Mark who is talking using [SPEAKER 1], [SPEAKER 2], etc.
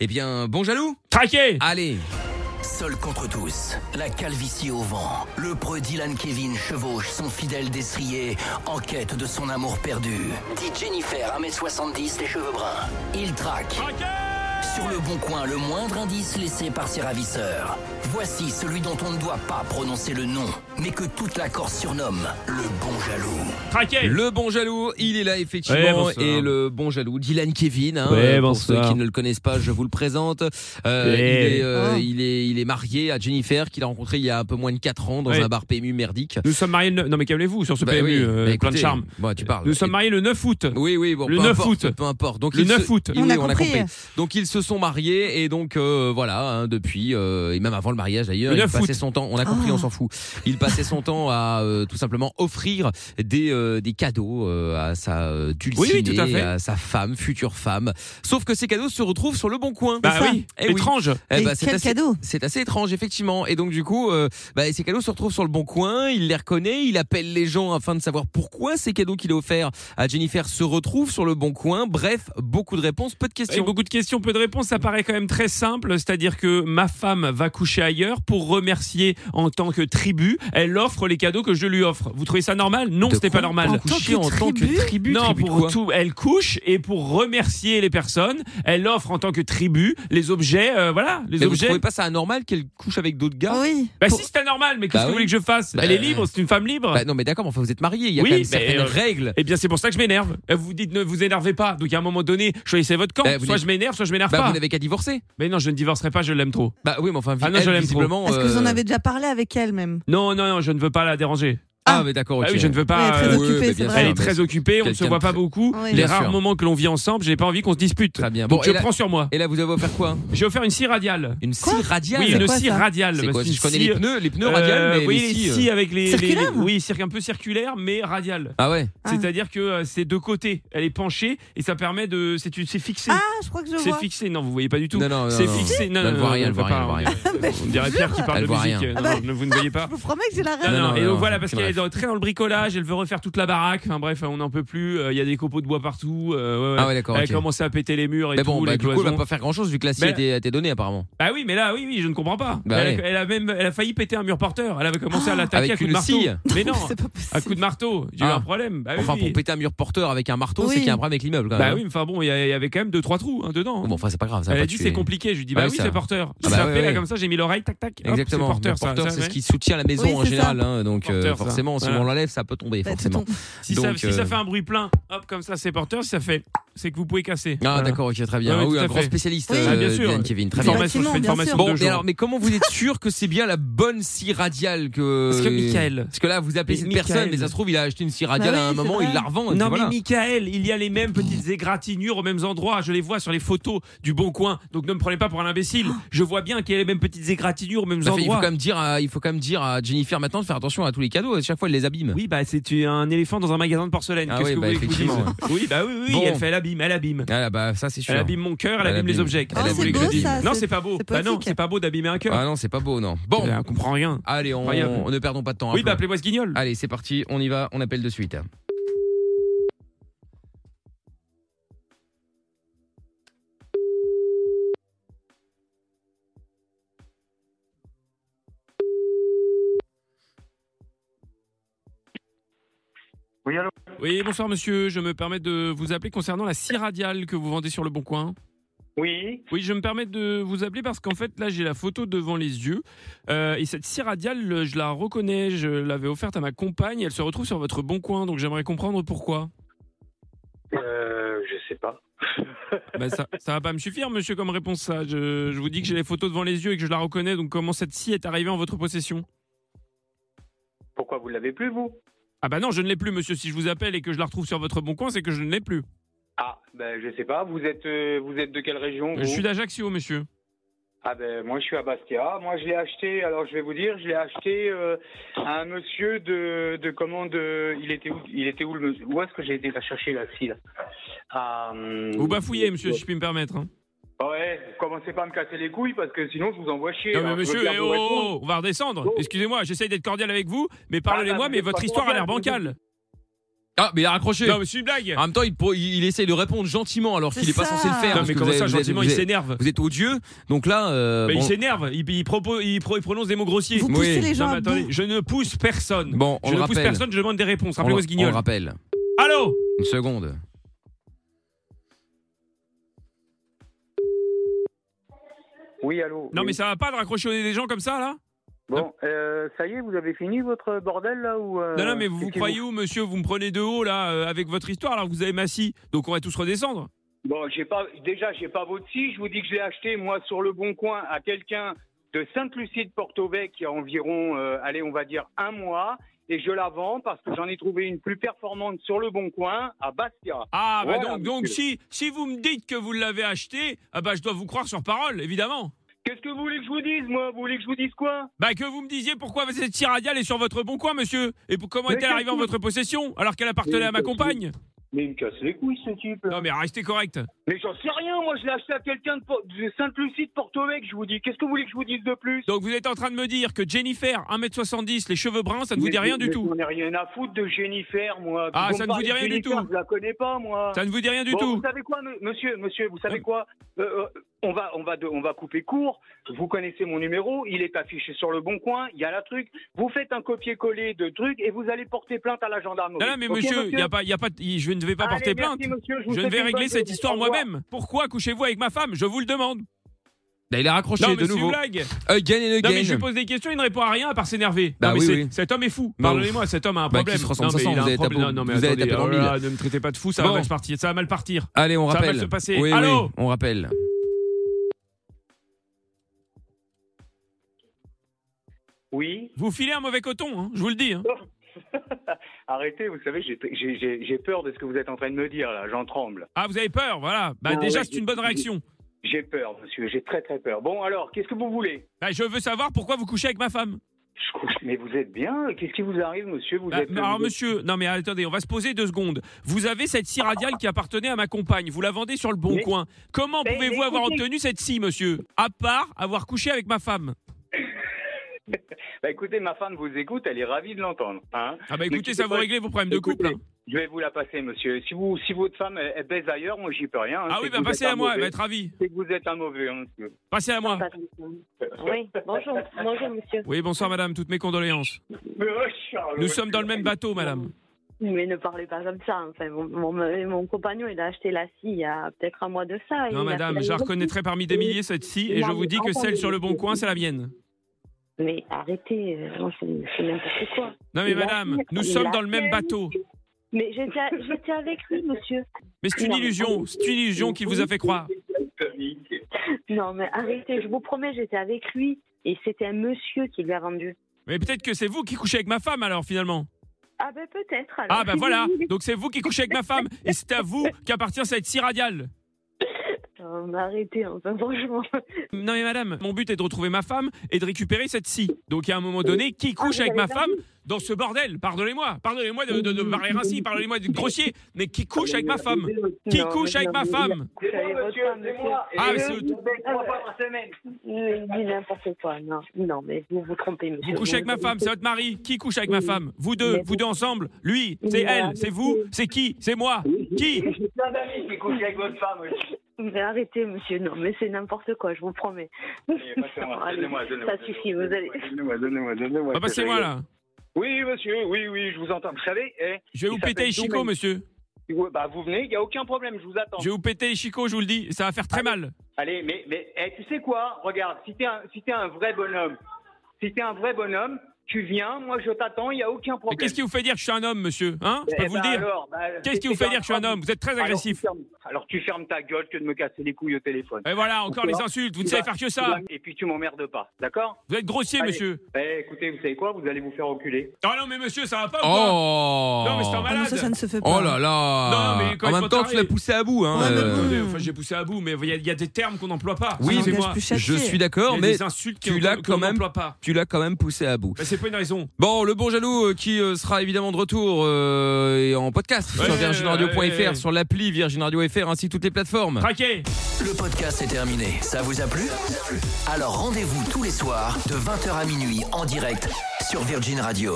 [SPEAKER 1] Eh bien, bon jaloux
[SPEAKER 2] Traqué
[SPEAKER 1] Allez
[SPEAKER 3] Seul contre tous, la calvitie au vent, le preux Dylan Kevin chevauche son fidèle destrier en quête de son amour perdu. Dit Jennifer, 1m70, des cheveux bruns. Il traque.
[SPEAKER 1] Ah.
[SPEAKER 3] Sur le bon coin, le moindre indice laissé par ses ravisseurs. Voici celui dont on ne doit pas prononcer le nom, mais que toute la Corse surnomme le bon jaloux.
[SPEAKER 2] Traqué
[SPEAKER 1] Le bon jaloux, il est là
[SPEAKER 2] Ouais,
[SPEAKER 1] effectivement.
[SPEAKER 2] Eh. bonsoir.
[SPEAKER 1] et le bon jaloux, Dylan Kevin. hein,
[SPEAKER 2] Ouais,
[SPEAKER 1] euh, pour
[SPEAKER 2] bonsoir. Eh.
[SPEAKER 1] ceux qui ne le connaissent pas, je vous le présente. Euh,
[SPEAKER 2] Ouais.
[SPEAKER 1] il, est, euh,
[SPEAKER 4] Ah.
[SPEAKER 1] il, est, il est marié à Jennifer, qu'il a rencontré il y a un peu moins de 4 ans dans
[SPEAKER 2] Ouais.
[SPEAKER 1] un bar PMU merdique.
[SPEAKER 2] Nous sommes mariés le... 9 Non mais calmez-vous sur ce
[SPEAKER 1] Bah
[SPEAKER 2] PMU,
[SPEAKER 1] oui,
[SPEAKER 2] euh,
[SPEAKER 1] bah
[SPEAKER 2] plein de
[SPEAKER 1] écoutez,
[SPEAKER 2] charme.
[SPEAKER 1] bon, tu parles.
[SPEAKER 2] Nous sommes mariés le 9 août.
[SPEAKER 1] Oui, oui, bon,
[SPEAKER 2] Le
[SPEAKER 1] peu
[SPEAKER 2] 9
[SPEAKER 1] importe,
[SPEAKER 2] août.
[SPEAKER 1] Peu importe. Donc,
[SPEAKER 2] Le
[SPEAKER 1] ils se-
[SPEAKER 2] 9 août.
[SPEAKER 1] Oui,
[SPEAKER 4] On a
[SPEAKER 1] on a
[SPEAKER 4] compris.
[SPEAKER 1] compris. Donc ils se sont mariés et donc euh, voilà hein, depuis euh, et même avant le mariage d'ailleurs
[SPEAKER 2] Le
[SPEAKER 1] il
[SPEAKER 2] 9
[SPEAKER 1] passait
[SPEAKER 2] août.
[SPEAKER 1] son temps on a compris
[SPEAKER 4] Ah.
[SPEAKER 1] on s'en fout il passait son temps à euh, tout simplement offrir des euh, des cadeaux euh, à sa euh,
[SPEAKER 2] oui,
[SPEAKER 1] dulcinée
[SPEAKER 2] tout à fait.
[SPEAKER 1] à sa femme future femme sauf que ces cadeaux se retrouvent sur le bon coin
[SPEAKER 2] Bah oui,
[SPEAKER 1] Eh oui.
[SPEAKER 2] étrange.
[SPEAKER 1] Eh
[SPEAKER 4] Mais
[SPEAKER 1] ben, c'est
[SPEAKER 4] quel
[SPEAKER 1] assez-
[SPEAKER 4] cadeau
[SPEAKER 1] c'est assez étrange, effectivement. Et donc, du coup, euh, bah, ces cadeaux se retrouvent sur le bon coin. Il les reconnaît, il appelle les gens afin de savoir pourquoi ces cadeaux qu'il a offerts à Jennifer se retrouvent sur le bon coin. Bref, beaucoup de réponses, peu de
[SPEAKER 2] Et
[SPEAKER 1] questions.
[SPEAKER 2] beaucoup de questions, peu de réponses, ça paraît quand même très simple, c'est-à-dire que ma femme va coucher ailleurs pour remercier en tant que tribu, elle offre les cadeaux que je lui offre. Vous trouvez ça normal Non,
[SPEAKER 1] De
[SPEAKER 2] c'était
[SPEAKER 1] quoi
[SPEAKER 2] pas normal.
[SPEAKER 1] En coucher en tant que tribu.
[SPEAKER 2] non,
[SPEAKER 1] tribu de
[SPEAKER 2] pour
[SPEAKER 1] quoi
[SPEAKER 2] tout, elle couche et pour remercier les personnes, elle offre en tant que tribu les objets, euh, voilà, les
[SPEAKER 1] Mais vous
[SPEAKER 2] objets.
[SPEAKER 1] trouvez pas ça anormal qu'elle couche avec d'autres gars
[SPEAKER 4] Oui.
[SPEAKER 2] Bah
[SPEAKER 4] Pour-
[SPEAKER 2] si c'est anormal, mais
[SPEAKER 1] Bah
[SPEAKER 2] qu'est-ce que vous
[SPEAKER 1] oui.
[SPEAKER 2] voulez que je fasse
[SPEAKER 1] Bah,
[SPEAKER 2] Elle est
[SPEAKER 1] euh,
[SPEAKER 2] libre, c'est une femme libre.
[SPEAKER 1] Bah non, mais d'accord, mais enfin, vous êtes mariés, il y a
[SPEAKER 2] Oui,
[SPEAKER 1] quand même
[SPEAKER 2] mais,
[SPEAKER 1] certaines
[SPEAKER 2] euh,
[SPEAKER 1] règles.
[SPEAKER 2] Eh bien, c'est pour ça que je m'énerve. Euh, Vous dites ne vous énervez pas. Donc, à un moment donné, choisissez votre camp.
[SPEAKER 1] Bah, vous
[SPEAKER 2] soit
[SPEAKER 1] n'êtes-
[SPEAKER 2] je m'énerve, soit je m'énerve
[SPEAKER 1] Bah,
[SPEAKER 2] pas.
[SPEAKER 1] vous n'avez qu'à divorcer.
[SPEAKER 2] Mais non, je ne divorcerai pas, je l'aime trop.
[SPEAKER 1] Bah oui, mais enfin,
[SPEAKER 2] Ah non,
[SPEAKER 1] elle,
[SPEAKER 2] je l'aime trop.
[SPEAKER 1] visiblement.
[SPEAKER 4] Est-ce que vous en
[SPEAKER 1] euh,
[SPEAKER 4] avez déjà parlé avec elle même
[SPEAKER 2] Non, non, non, je ne veux pas la déranger.
[SPEAKER 1] Ah, mais d'accord,
[SPEAKER 2] Ah
[SPEAKER 1] ok.
[SPEAKER 2] oui, je ne veux
[SPEAKER 4] Elle est
[SPEAKER 2] pas.
[SPEAKER 4] très
[SPEAKER 1] oui,
[SPEAKER 2] euh,
[SPEAKER 4] occupée,
[SPEAKER 1] mais
[SPEAKER 4] c'est
[SPEAKER 1] bien
[SPEAKER 4] vrai.
[SPEAKER 2] Elle est
[SPEAKER 1] Ah, mais
[SPEAKER 2] très occupée, on ne se
[SPEAKER 1] quelqu'un
[SPEAKER 2] voit
[SPEAKER 1] de
[SPEAKER 2] pas
[SPEAKER 1] très-
[SPEAKER 2] beaucoup.
[SPEAKER 4] Oui.
[SPEAKER 2] Les
[SPEAKER 1] Bien
[SPEAKER 2] rares
[SPEAKER 1] sûr.
[SPEAKER 2] moments que l'on vit ensemble, j'ai pas envie qu'on se dispute.
[SPEAKER 1] Très bien.
[SPEAKER 2] Donc,
[SPEAKER 1] Bon,
[SPEAKER 2] je
[SPEAKER 1] et là-
[SPEAKER 2] prends sur moi.
[SPEAKER 1] Et là, vous avez offert quoi
[SPEAKER 2] J'ai offert une scie radiale.
[SPEAKER 1] Une
[SPEAKER 4] Quoi
[SPEAKER 1] scie radiale
[SPEAKER 2] Oui,
[SPEAKER 4] c'est
[SPEAKER 2] une
[SPEAKER 4] quoi,
[SPEAKER 2] scie
[SPEAKER 4] ça
[SPEAKER 2] radiale.
[SPEAKER 1] C'est
[SPEAKER 2] Bah,
[SPEAKER 1] quoi
[SPEAKER 2] c'est une
[SPEAKER 1] Je connais
[SPEAKER 2] scie,
[SPEAKER 1] les pneus, les pneus
[SPEAKER 2] euh,
[SPEAKER 1] radiales, mais
[SPEAKER 2] oui,
[SPEAKER 1] les
[SPEAKER 2] les
[SPEAKER 1] scies, euh,
[SPEAKER 2] scies avec les, les-
[SPEAKER 4] Circulaires
[SPEAKER 2] oui, cirque un peu circulaire, mais radiale.
[SPEAKER 1] Ah ouais
[SPEAKER 4] Ah.
[SPEAKER 2] C'est-à-dire que euh, c'est deux côtés. Elle est penchée et ça permet de. C'est c'est fixé.
[SPEAKER 4] Ah, je crois que je
[SPEAKER 2] C'est
[SPEAKER 4] vois.
[SPEAKER 2] fixé, non, vous voyez pas du tout.
[SPEAKER 1] Non, non, non,
[SPEAKER 2] c'est
[SPEAKER 1] non.
[SPEAKER 2] fixé, non,
[SPEAKER 1] Bah, Elle
[SPEAKER 2] non,
[SPEAKER 1] voit
[SPEAKER 2] non,
[SPEAKER 1] rien,
[SPEAKER 2] on
[SPEAKER 1] elle
[SPEAKER 2] peut
[SPEAKER 1] voit
[SPEAKER 2] pas,
[SPEAKER 1] rien, elle voit
[SPEAKER 2] on- On dirait Pierre qui parle
[SPEAKER 1] Elle
[SPEAKER 2] de
[SPEAKER 1] voit
[SPEAKER 2] musique. euh,
[SPEAKER 1] rien.
[SPEAKER 2] Non,
[SPEAKER 4] Ah bah.
[SPEAKER 2] non, vous ne voyez pas.
[SPEAKER 4] Je vous promets que j'ai la
[SPEAKER 2] Non,
[SPEAKER 4] rêve.
[SPEAKER 2] non,
[SPEAKER 1] non,
[SPEAKER 2] et donc
[SPEAKER 1] non,
[SPEAKER 2] voilà, parce
[SPEAKER 1] c'est
[SPEAKER 2] qu'elle est
[SPEAKER 1] bref.
[SPEAKER 2] dans, très dans le bricolage, elle veut refaire toute la baraque. Enfin bref, on n'en peut plus. euh, Il y a des copeaux de bois partout. euh,
[SPEAKER 1] Ah ouais, d'accord,
[SPEAKER 2] Elle
[SPEAKER 1] ok.
[SPEAKER 2] a commencé à péter les murs et
[SPEAKER 1] Mais
[SPEAKER 2] tout,
[SPEAKER 1] bon, bah,
[SPEAKER 2] les
[SPEAKER 1] du coup,
[SPEAKER 2] cloisons.
[SPEAKER 1] on va pas faire grand chose vu que la scie
[SPEAKER 2] Mais-
[SPEAKER 1] a été- a été donnée apparemment.
[SPEAKER 2] Bah oui, mais là, oui, oui, je ne comprends pas.
[SPEAKER 1] Bah
[SPEAKER 2] elle,
[SPEAKER 1] ouais. Ah,
[SPEAKER 2] a, elle a même, elle a failli péter un mur porteur. Elle avait commencé à l'attaquer
[SPEAKER 1] Avec
[SPEAKER 2] à coups
[SPEAKER 1] une
[SPEAKER 2] de marteau.
[SPEAKER 1] scie.
[SPEAKER 2] Mais non,
[SPEAKER 4] C'est pas
[SPEAKER 2] à coups
[SPEAKER 4] possible.
[SPEAKER 2] de marteau. J'ai eu
[SPEAKER 1] Ah.
[SPEAKER 2] un problème. Bah oui.
[SPEAKER 1] Enfin, pour péter un mur porteur avec un marteau, c'est
[SPEAKER 4] Oui.
[SPEAKER 1] qu'il y a un problème avec l'immeuble quand même. hein.
[SPEAKER 2] Bah oui, mais enfin bon, il y, a- il y avait quand même deux trois trous hein, dedans.
[SPEAKER 1] Bon, enfin, c'est pas grave, ça va
[SPEAKER 2] Elle a
[SPEAKER 1] pas
[SPEAKER 2] dit
[SPEAKER 1] tuer.
[SPEAKER 2] c'est compliqué. Je lui dis
[SPEAKER 1] Ah
[SPEAKER 2] bah
[SPEAKER 1] oui,
[SPEAKER 2] oui,
[SPEAKER 1] ça.
[SPEAKER 2] c'est porteur.
[SPEAKER 1] Ah
[SPEAKER 2] J'ai
[SPEAKER 1] bah
[SPEAKER 2] tapé,
[SPEAKER 1] ouais,
[SPEAKER 2] là
[SPEAKER 1] ouais.
[SPEAKER 2] comme ça, j'ai mis l'oreille tac tac. hop,
[SPEAKER 1] Exactement.
[SPEAKER 2] C'est porteur,
[SPEAKER 1] Le
[SPEAKER 2] ça,
[SPEAKER 1] porteur,
[SPEAKER 2] ça,
[SPEAKER 1] c'est
[SPEAKER 2] ouais.
[SPEAKER 1] ce qui soutient la maison
[SPEAKER 4] Oui,
[SPEAKER 1] en
[SPEAKER 4] c'est
[SPEAKER 1] général. hein, donc, euh,
[SPEAKER 2] Porteur, ça.
[SPEAKER 1] forcément, si
[SPEAKER 2] Voilà.
[SPEAKER 1] on l'enlève, ça peut tomber,
[SPEAKER 4] Bah, tout
[SPEAKER 1] forcément.
[SPEAKER 4] tombe.
[SPEAKER 2] Si,
[SPEAKER 1] Donc,
[SPEAKER 2] ça, si ça
[SPEAKER 1] euh,
[SPEAKER 2] fait un bruit plein, hop comme ça, c'est porteur. Si ça fait, c'est que vous pouvez casser.
[SPEAKER 1] Ah,
[SPEAKER 2] Voilà.
[SPEAKER 1] d'accord, ok, très bien.
[SPEAKER 2] Ouais, ouais,
[SPEAKER 1] Ah oui,
[SPEAKER 2] tout
[SPEAKER 1] un
[SPEAKER 2] à
[SPEAKER 1] grand
[SPEAKER 2] fait.
[SPEAKER 1] spécialiste,
[SPEAKER 4] Oui.
[SPEAKER 1] euh,
[SPEAKER 2] Ah, bien sûr.
[SPEAKER 1] Dylan Kevin. Très
[SPEAKER 2] Une
[SPEAKER 1] bien.
[SPEAKER 4] Formation.
[SPEAKER 2] formation, je fais une
[SPEAKER 4] bien
[SPEAKER 2] formation
[SPEAKER 4] sûr.
[SPEAKER 2] de
[SPEAKER 1] Bon,
[SPEAKER 2] deux
[SPEAKER 1] mais
[SPEAKER 2] jours.
[SPEAKER 1] alors, mais comment vous êtes sûr que c'est bien la bonne scie radiale que.
[SPEAKER 2] Parce que Michael.
[SPEAKER 1] Parce que là, vous appelez
[SPEAKER 2] Mais
[SPEAKER 1] cette
[SPEAKER 2] Michael.
[SPEAKER 1] personne, mais ça se trouve, il a acheté une scie radiale
[SPEAKER 4] Bah
[SPEAKER 1] à un
[SPEAKER 4] oui, c'est
[SPEAKER 1] moment,
[SPEAKER 4] vrai.
[SPEAKER 1] il la revend. et
[SPEAKER 2] Non, mais
[SPEAKER 1] puis voilà.
[SPEAKER 2] Michael, il y a les mêmes petites égratignures aux mêmes endroits. Je les vois sur les photos du Bon Coin. Donc ne me prenez pas pour un imbécile. Je vois bien qu'il y a les mêmes petites égratignures aux mêmes
[SPEAKER 1] Ça fait- Bah, il faut
[SPEAKER 2] endroits.
[SPEAKER 1] quand même dire, à, il faut quand même dire à Jennifer maintenant de faire attention à tous les cadeaux. À chaque fois, elle les abîme.
[SPEAKER 2] Oui, bah c'est un éléphant dans un magasin de porcelaine.
[SPEAKER 1] Ah
[SPEAKER 2] Qu'est-ce
[SPEAKER 1] oui,
[SPEAKER 2] que
[SPEAKER 1] bah,
[SPEAKER 2] vous voulez que je vous dise
[SPEAKER 1] effectivement.
[SPEAKER 2] Oui, bah oui, oui,
[SPEAKER 1] Bon.
[SPEAKER 2] elle fait elle abîme, elle abîme.
[SPEAKER 1] Ah là, bah ça c'est sûr.
[SPEAKER 2] Elle abîme mon cœur, elle,
[SPEAKER 1] Elle
[SPEAKER 2] abîme les
[SPEAKER 1] abîme.
[SPEAKER 2] objets. Qu'est-ce
[SPEAKER 1] Ah,
[SPEAKER 2] que
[SPEAKER 1] c'est
[SPEAKER 2] vous voulez que je
[SPEAKER 1] beau,
[SPEAKER 2] dise
[SPEAKER 4] ça,
[SPEAKER 2] Non,
[SPEAKER 4] c'est-
[SPEAKER 2] c'est pas beau.
[SPEAKER 4] c'est
[SPEAKER 2] Bah non,
[SPEAKER 4] poétique.
[SPEAKER 2] c'est pas beau d'abîmer un cœur.
[SPEAKER 1] Ah non, c'est pas beau, non. Bon,
[SPEAKER 2] Eh ben, on comprend rien.
[SPEAKER 1] allez, on,
[SPEAKER 2] Incroyable.
[SPEAKER 1] on ne perdons pas de temps.
[SPEAKER 2] Oui, bah
[SPEAKER 1] appelons.
[SPEAKER 2] appelez-moi ce guignol.
[SPEAKER 1] Allez, c'est parti, on y va, on appelle de suite.
[SPEAKER 5] Oui, allô
[SPEAKER 2] Oui, bonsoir monsieur. Je me permets de vous appeler concernant la scie radiale que vous vendez sur le Bon Coin.
[SPEAKER 5] Oui,
[SPEAKER 2] Oui, je me permets de vous appeler parce qu'en fait, là, j'ai la photo devant les yeux. Euh, et cette scie radiale, euh, je la reconnais, je l'avais offerte à ma compagne. Elle se retrouve sur votre bon coin, donc j'aimerais comprendre pourquoi.
[SPEAKER 5] euh, je sais pas.
[SPEAKER 2] Bah, ça, ça va pas me suffire, monsieur, comme réponse, ça. Je, je vous dis que j'ai les photos devant les yeux et que je la reconnais, donc comment cette scie est arrivée en votre possession
[SPEAKER 5] Pourquoi vous l'avez plus, vous
[SPEAKER 2] Ah bah non, je ne l'ai plus, monsieur. Si je vous appelle et que je la retrouve sur votre bon coin, c'est que je ne l'ai plus.
[SPEAKER 5] Ah, ben je sais pas. Vous êtes, euh, vous êtes de quelle
[SPEAKER 1] Oh.
[SPEAKER 5] région
[SPEAKER 2] Je
[SPEAKER 5] vous
[SPEAKER 2] suis d'Ajaccio, monsieur.
[SPEAKER 5] Ah ben moi je suis à Bastia. Moi je l'ai acheté. Alors je vais vous dire, je l'ai acheté euh, à un monsieur de, de comment de, il était où Il était où le monsieur Où est-ce que j'ai été la chercher la fille Ah, hum,
[SPEAKER 2] Vous bafouillez, monsieur, si je puis me permettre. hein.
[SPEAKER 5] Ouais, commencez pas à me casser les couilles parce que sinon je vous envoie chier.
[SPEAKER 2] Non mais
[SPEAKER 5] Alors, je veux
[SPEAKER 2] monsieur,
[SPEAKER 5] bien
[SPEAKER 2] eh
[SPEAKER 5] vous
[SPEAKER 2] oh,
[SPEAKER 5] répondre.
[SPEAKER 2] oh, on va redescendre.
[SPEAKER 5] Oh.
[SPEAKER 2] Excusez-moi, j'essaye d'être cordial avec vous, mais
[SPEAKER 5] Ah,
[SPEAKER 2] parlez-moi,
[SPEAKER 5] bah, vous
[SPEAKER 2] mais
[SPEAKER 5] êtes
[SPEAKER 2] votre
[SPEAKER 5] pas
[SPEAKER 2] histoire a l'air
[SPEAKER 5] cordial, vous
[SPEAKER 2] bancale.
[SPEAKER 1] Ah, mais il a raccroché.
[SPEAKER 2] Non, mais c'est une blague.
[SPEAKER 1] En même temps, il, pour- il, il essaye de répondre gentiment alors qu'il
[SPEAKER 4] C'est
[SPEAKER 1] n'est pas
[SPEAKER 4] ça.
[SPEAKER 1] censé le faire.
[SPEAKER 2] non,
[SPEAKER 1] parce
[SPEAKER 2] mais
[SPEAKER 1] que
[SPEAKER 2] comment
[SPEAKER 1] vous
[SPEAKER 2] ça,
[SPEAKER 1] avez- vous êtes-
[SPEAKER 2] gentiment,
[SPEAKER 1] vous
[SPEAKER 2] il
[SPEAKER 1] êtes-
[SPEAKER 2] s'énerve.
[SPEAKER 1] Vous êtes odieux, donc là. euh,
[SPEAKER 2] Mais
[SPEAKER 1] bon,
[SPEAKER 2] Il s'énerve, il, il propo- il pro- il prononce des mots grossiers.
[SPEAKER 4] Vous
[SPEAKER 1] Oui.
[SPEAKER 4] poussez les gens
[SPEAKER 2] Non, mais
[SPEAKER 4] à
[SPEAKER 2] attendez,
[SPEAKER 4] bout.
[SPEAKER 2] je ne pousse personne.
[SPEAKER 1] bon, on
[SPEAKER 2] je
[SPEAKER 1] le
[SPEAKER 2] ne
[SPEAKER 1] rappelle.
[SPEAKER 2] pousse personne, je demande des réponses.
[SPEAKER 1] on, le-
[SPEAKER 2] Rappelez-moi ce
[SPEAKER 1] on le
[SPEAKER 2] guignol.
[SPEAKER 1] rappelle.
[SPEAKER 2] Allô
[SPEAKER 1] Une seconde.
[SPEAKER 5] Oui, allô.
[SPEAKER 2] oh. Non,
[SPEAKER 5] oui.
[SPEAKER 2] mais ça va pas de raccrocher au nez des gens comme ça, là
[SPEAKER 5] Bon, euh, ça y est, vous avez fini votre bordel là ou euh,
[SPEAKER 2] Non, non, mais vous, vous
[SPEAKER 5] qu'est-ce que
[SPEAKER 2] croyez où, monsieur Vous me prenez de haut, là, euh, avec votre histoire, alors que vous avez massis. Donc on va tous redescendre.
[SPEAKER 5] Bon, j'ai pas. Déjà, j'ai pas votre si. Je vous dis que je l'ai acheté moi sur le bon coin à quelqu'un de Sainte-Lucie-de-Portovec il y a environ, euh, allez, on va dire un mois, et je la vends parce que j'en ai trouvé une plus performante sur le bon coin à Bastia.
[SPEAKER 2] Ah, bah
[SPEAKER 5] Voilà,
[SPEAKER 2] donc, donc
[SPEAKER 5] monsieur.
[SPEAKER 2] si, si vous me dites que vous l'avez acheté, ah bah, je dois vous croire sur parole, évidemment.
[SPEAKER 5] Qu'est-ce que vous voulez que je vous dise, moi Vous voulez que je vous dise quoi
[SPEAKER 2] Bah, que vous me disiez pourquoi cette tiradiale est sur votre bon coin, monsieur. Et pour, comment
[SPEAKER 5] Mais
[SPEAKER 2] est-elle
[SPEAKER 5] qu'est-ce
[SPEAKER 2] arrivée en
[SPEAKER 5] que-
[SPEAKER 2] votre possession, alors qu'elle appartenait
[SPEAKER 5] Mais
[SPEAKER 2] à ma
[SPEAKER 5] qu'est-ce que-
[SPEAKER 2] compagne
[SPEAKER 5] Mais il me casse les couilles, ce type.
[SPEAKER 2] Non, mais restez correct.
[SPEAKER 5] Mais j'en sais rien, moi, je l'ai acheté à quelqu'un de, Po- de Sainte-Lucie-de-Portovec. Je vous dis, qu'est-ce que vous voulez que je vous dise de plus
[SPEAKER 2] Donc vous êtes en train de me dire que Jennifer, 1m70, les cheveux bruns, ça ne vous
[SPEAKER 5] Mais
[SPEAKER 2] dit
[SPEAKER 5] je-
[SPEAKER 2] rien du
[SPEAKER 5] mais
[SPEAKER 2] tout.
[SPEAKER 5] J'en ai rien à foutre de Jennifer, moi.
[SPEAKER 2] Ah,
[SPEAKER 5] Puis
[SPEAKER 2] ça ne
[SPEAKER 5] me
[SPEAKER 2] vous
[SPEAKER 5] parlez
[SPEAKER 2] dit
[SPEAKER 5] de
[SPEAKER 2] rien du
[SPEAKER 5] Jennifer,
[SPEAKER 2] tout.
[SPEAKER 5] Je la connais pas, moi.
[SPEAKER 2] Ça ne vous dit rien du
[SPEAKER 5] Bon,
[SPEAKER 2] tout. Hein
[SPEAKER 5] Vous savez quoi, me- monsieur, monsieur, vous savez quoi Euh, euh, On va, on va, de- on va couper court. Vous connaissez mon numéro, il est affiché sur le bon coin. Il y a la truc. Vous faites un copier-coller de trucs et vous allez porter plainte à la gendarmerie.
[SPEAKER 2] Non, non, mais
[SPEAKER 5] Ok,
[SPEAKER 2] monsieur, il y a pas, il y a pas, il- je ne vais pas
[SPEAKER 5] Allez,
[SPEAKER 2] porter
[SPEAKER 5] merci,
[SPEAKER 2] plainte.
[SPEAKER 5] monsieur, vous
[SPEAKER 2] Je ne
[SPEAKER 5] souhaite
[SPEAKER 2] vais
[SPEAKER 5] une
[SPEAKER 2] régler
[SPEAKER 5] bonne
[SPEAKER 2] cette
[SPEAKER 5] journée.
[SPEAKER 2] histoire
[SPEAKER 5] Au revoir.
[SPEAKER 2] moi-même. Pourquoi couchez-vous avec ma femme Je vous le demande.
[SPEAKER 1] Là, il a raccroché
[SPEAKER 2] Non, mais
[SPEAKER 1] de
[SPEAKER 2] c'est une
[SPEAKER 1] nouveau.
[SPEAKER 2] blague.
[SPEAKER 1] Again and
[SPEAKER 2] Non, mais je
[SPEAKER 1] again.
[SPEAKER 2] lui pose des questions, il ne répond à rien à part s'énerver.
[SPEAKER 1] Bah
[SPEAKER 2] non, mais
[SPEAKER 1] oui,
[SPEAKER 2] c'est-
[SPEAKER 1] oui.
[SPEAKER 2] cet homme est fou.
[SPEAKER 1] Bah,
[SPEAKER 2] Pardonnez-moi, cet homme a un
[SPEAKER 1] Bah,
[SPEAKER 2] problème.
[SPEAKER 1] qu'il se ressemble,
[SPEAKER 2] non, mais
[SPEAKER 1] ça,
[SPEAKER 2] il
[SPEAKER 1] vous
[SPEAKER 2] a un
[SPEAKER 1] avez
[SPEAKER 2] problème.
[SPEAKER 1] tapé-
[SPEAKER 2] Non, mais
[SPEAKER 1] vous avez
[SPEAKER 2] attendez,
[SPEAKER 1] tapé dans
[SPEAKER 2] oh
[SPEAKER 1] le
[SPEAKER 2] là, ne me traitez pas de fou, ça
[SPEAKER 1] Bon.
[SPEAKER 2] va mal partir. Ça va mal partir.
[SPEAKER 1] Allez, on
[SPEAKER 2] Ça va
[SPEAKER 1] rappelle.
[SPEAKER 2] mal se passer.
[SPEAKER 1] Oui, oui,
[SPEAKER 2] Allô
[SPEAKER 1] on rappelle.
[SPEAKER 5] Oui.
[SPEAKER 2] Vous filez un mauvais coton, hein, je vous le dis. hein.
[SPEAKER 5] Arrêtez, vous savez, j'ai- j'ai j'ai- j'ai peur de ce que vous êtes en train de me dire là. J'en tremble.
[SPEAKER 2] Ah, vous avez peur, voilà. Bah,
[SPEAKER 5] Non,
[SPEAKER 2] déjà,
[SPEAKER 5] ouais,
[SPEAKER 2] c'est une bonne réaction.
[SPEAKER 5] J'ai peur, monsieur. J'ai très très peur. Bon, alors, qu'est-ce que vous voulez
[SPEAKER 2] Bah, je veux savoir pourquoi vous couchez avec ma femme.
[SPEAKER 5] Je couche- Mais vous êtes bien. Qu'est-ce qui vous arrive, monsieur Vous
[SPEAKER 2] Bah,
[SPEAKER 5] êtes.
[SPEAKER 2] alors,
[SPEAKER 5] vous êtes-
[SPEAKER 2] monsieur, non, mais attendez, on va se poser deux secondes. Vous avez cette scie radiale qui appartenait à ma compagne. Vous la vendez sur le bon
[SPEAKER 5] Mais-
[SPEAKER 2] coin. Comment
[SPEAKER 5] Mais
[SPEAKER 2] pouvez-vous avoir
[SPEAKER 5] écoutez-
[SPEAKER 2] obtenu cette scie, monsieur À part avoir couché avec ma femme.
[SPEAKER 5] Bah, écoutez, ma femme vous écoute. Elle est ravie de l'entendre. Hein
[SPEAKER 2] Ah, bah
[SPEAKER 5] Mais
[SPEAKER 2] écoutez,
[SPEAKER 5] tu
[SPEAKER 2] ça
[SPEAKER 5] sais
[SPEAKER 2] vous
[SPEAKER 5] pas-
[SPEAKER 2] réglez vos problèmes de couple.
[SPEAKER 5] Écoutez,
[SPEAKER 2] hein.
[SPEAKER 5] Je vais vous la passer, monsieur. Si, vous, si votre femme elle, elle baise ailleurs, moi j'y peux rien. hein.
[SPEAKER 2] Ah
[SPEAKER 5] C'est
[SPEAKER 2] oui,
[SPEAKER 5] que
[SPEAKER 2] bah
[SPEAKER 5] vous
[SPEAKER 2] passez
[SPEAKER 5] êtes
[SPEAKER 2] à
[SPEAKER 5] un
[SPEAKER 2] moi, elle va
[SPEAKER 5] mauvais-
[SPEAKER 2] être ravie.
[SPEAKER 5] C'est que vous êtes un mauvais, hein, monsieur.
[SPEAKER 2] Passez à moi.
[SPEAKER 6] Oui, bonjour. Bonjour, monsieur.
[SPEAKER 2] Oui, bonsoir madame, toutes mes condoléances.
[SPEAKER 5] Mais, oh, Charles,
[SPEAKER 2] Nous sommes dans le même bateau, madame.
[SPEAKER 6] Mais ne parlez pas comme ça. Enfin, mon, mon- mon compagnon, il a acheté la scie il y a peut-être un mois de ça. Il a
[SPEAKER 2] Non, madame,
[SPEAKER 6] fait la
[SPEAKER 2] je la
[SPEAKER 6] même
[SPEAKER 2] reconnaîtrai parmi des milliers cette-ci et je vous dis que celle sur le bon coin, c'est la mienne.
[SPEAKER 6] chose. Mais arrêtez, euh, non, c'est c'est n'importe quoi.
[SPEAKER 2] Non, mais madame, nous sommes dans le même bateau.
[SPEAKER 6] Mais j'étais à- j'étais avec lui, monsieur.
[SPEAKER 2] Mais c'est une illusion, c'est une illusion qu'il vous a fait croire.
[SPEAKER 6] Non, mais arrêtez, je vous promets, j'étais avec lui. Et c'était un monsieur qui lui a vendu.
[SPEAKER 2] Mais peut-être que c'est vous qui couchez avec ma femme alors finalement.
[SPEAKER 6] Ah ben peut-être. alors.
[SPEAKER 2] Ah bah voilà, donc c'est vous qui couchez avec ma femme et c'est à vous qu'appartient cette scie radiale.
[SPEAKER 6] Euh, mais arrêtez, enfin franchement.
[SPEAKER 2] Non mais madame, mon but est de retrouver ma femme et de récupérer cette scie. Donc à un moment donné, qui couche
[SPEAKER 6] Ah,
[SPEAKER 2] avec
[SPEAKER 6] vous
[SPEAKER 2] ma
[SPEAKER 6] avez
[SPEAKER 2] femme dans ce bordel Pardonnez-moi, pardonnez-moi de, de- de parler ainsi, pardonnez-moi de grossier, mais qui couche avec ma femme Qui
[SPEAKER 6] Non,
[SPEAKER 2] couche
[SPEAKER 6] mais
[SPEAKER 2] avec
[SPEAKER 6] non,
[SPEAKER 2] ma
[SPEAKER 6] mais
[SPEAKER 2] femme
[SPEAKER 6] il a couché avec votre femme,
[SPEAKER 5] c'est
[SPEAKER 6] monsieur.
[SPEAKER 5] moi.
[SPEAKER 2] Ah,
[SPEAKER 5] Et
[SPEAKER 2] mais
[SPEAKER 5] je
[SPEAKER 2] c'est-
[SPEAKER 5] vous baise trois fois par semaine.
[SPEAKER 6] Il dit n'importe quoi, non. Non, mais vous vous trompez, monsieur.
[SPEAKER 2] Vous couchez avec ma femme, c'est votre mari. Qui couche avec ma
[SPEAKER 6] Oui.
[SPEAKER 2] femme Vous deux,
[SPEAKER 6] Mais
[SPEAKER 2] vous deux ensemble Lui, c'est
[SPEAKER 6] Mais
[SPEAKER 2] elle,
[SPEAKER 6] non,
[SPEAKER 2] c'est
[SPEAKER 6] mais
[SPEAKER 2] vous,
[SPEAKER 6] c'est-
[SPEAKER 2] c'est qui C'est moi Qui
[SPEAKER 5] J'ai plein d'amis qui couchent avec votre femme aussi.
[SPEAKER 6] Mais arrêtez, monsieur, non, mais c'est n'importe quoi, je vous promets.
[SPEAKER 5] Passez-moi,
[SPEAKER 6] Allez,
[SPEAKER 5] donnez-moi, donnez-moi.
[SPEAKER 6] ça suffit, vous allez-
[SPEAKER 5] Donnez-moi, donnez-moi, donnez-moi.
[SPEAKER 2] Bah, Passez-moi là.
[SPEAKER 5] Oui, monsieur, oui, oui, je vous entends. Vous savez, eh,
[SPEAKER 2] Je vais vous
[SPEAKER 5] Il
[SPEAKER 2] péter les
[SPEAKER 5] s'appelle
[SPEAKER 2] chicots,
[SPEAKER 5] Doumé.
[SPEAKER 2] monsieur.
[SPEAKER 5] vous- bah, vous venez, il n'y a aucun problème, je vous attends.
[SPEAKER 2] Je vais vous péter les chicots, je vous le dis. Ça va faire
[SPEAKER 6] Ah,
[SPEAKER 2] très mal.
[SPEAKER 5] Allez, mais, mais eh, tu sais quoi Regarde, si t'es un, si t'es un vrai bonhomme, si t'es un vrai bonhomme, tu viens, moi je t'attends, il n'y a aucun
[SPEAKER 2] Mais
[SPEAKER 5] problème.
[SPEAKER 2] qu'est-ce qui vous fait dire que je suis un homme, monsieur Hein Je peux
[SPEAKER 5] Eh
[SPEAKER 2] vous le
[SPEAKER 5] ben
[SPEAKER 2] dire.
[SPEAKER 5] alors, bah,
[SPEAKER 2] Qu'est-ce qui
[SPEAKER 5] si
[SPEAKER 2] vous fait
[SPEAKER 5] t'es
[SPEAKER 2] dire que je suis un homme Vous êtes très
[SPEAKER 5] alors, tu
[SPEAKER 2] agressif.
[SPEAKER 5] fermes- Alors tu fermes ta gueule que de me casser les couilles au téléphone.
[SPEAKER 2] Et voilà, encore les insultes. Vous ne
[SPEAKER 5] Tu
[SPEAKER 2] savez
[SPEAKER 5] vas-
[SPEAKER 2] faire que
[SPEAKER 5] tu
[SPEAKER 2] ça.
[SPEAKER 5] vas- Et puis tu m'emmerdes pas, d'accord
[SPEAKER 2] Vous êtes grossier,
[SPEAKER 5] Allez.
[SPEAKER 2] monsieur.
[SPEAKER 5] Eh, écoutez, vous savez quoi Vous allez vous faire reculer.
[SPEAKER 2] Ah non, mais monsieur, ça va pas ou quoi
[SPEAKER 1] Oh
[SPEAKER 2] Non, mais c'est un
[SPEAKER 4] Ah non, ça, ça
[SPEAKER 2] malade.
[SPEAKER 4] ne se fait pas.
[SPEAKER 1] Oh là là
[SPEAKER 2] Non, mais quand
[SPEAKER 1] En
[SPEAKER 2] il
[SPEAKER 1] même
[SPEAKER 2] faut
[SPEAKER 1] temps,
[SPEAKER 2] tarder.
[SPEAKER 1] tu l'as poussé à bout. Hein,
[SPEAKER 4] Ouais, mais
[SPEAKER 1] euh,
[SPEAKER 4] bon.
[SPEAKER 2] Attendez, Enfin, j'ai poussé à bout, mais il y, a- il y a des termes qu'on n'emploie pas. Ah
[SPEAKER 1] Oui,
[SPEAKER 4] Ça
[SPEAKER 1] c'est
[SPEAKER 4] n'engage
[SPEAKER 2] moi.
[SPEAKER 4] plus
[SPEAKER 1] Je
[SPEAKER 4] châtier.
[SPEAKER 1] suis
[SPEAKER 2] Il y
[SPEAKER 1] d'accord,
[SPEAKER 2] a
[SPEAKER 1] mais
[SPEAKER 2] des insultes
[SPEAKER 1] tu
[SPEAKER 2] qu'on-
[SPEAKER 1] l'as
[SPEAKER 2] qu'on
[SPEAKER 1] quand même-
[SPEAKER 2] n'emploie pas.
[SPEAKER 1] tu l'as quand même poussé à bout.
[SPEAKER 2] Bah, c'est pas une raison.
[SPEAKER 1] Bon, le bon jaloux euh, qui euh, sera évidemment de retour euh, et en podcast
[SPEAKER 2] Ouais,
[SPEAKER 1] sur virginradio.fr,
[SPEAKER 2] ouais, ouais.
[SPEAKER 1] sur l'appli Virgin Radio FR ainsi que toutes les plateformes.
[SPEAKER 2] Traqué
[SPEAKER 3] Le podcast est terminé. Ça vous a plu Alors rendez-vous tous les soirs de 20h à minuit en direct sur Virgin Radio.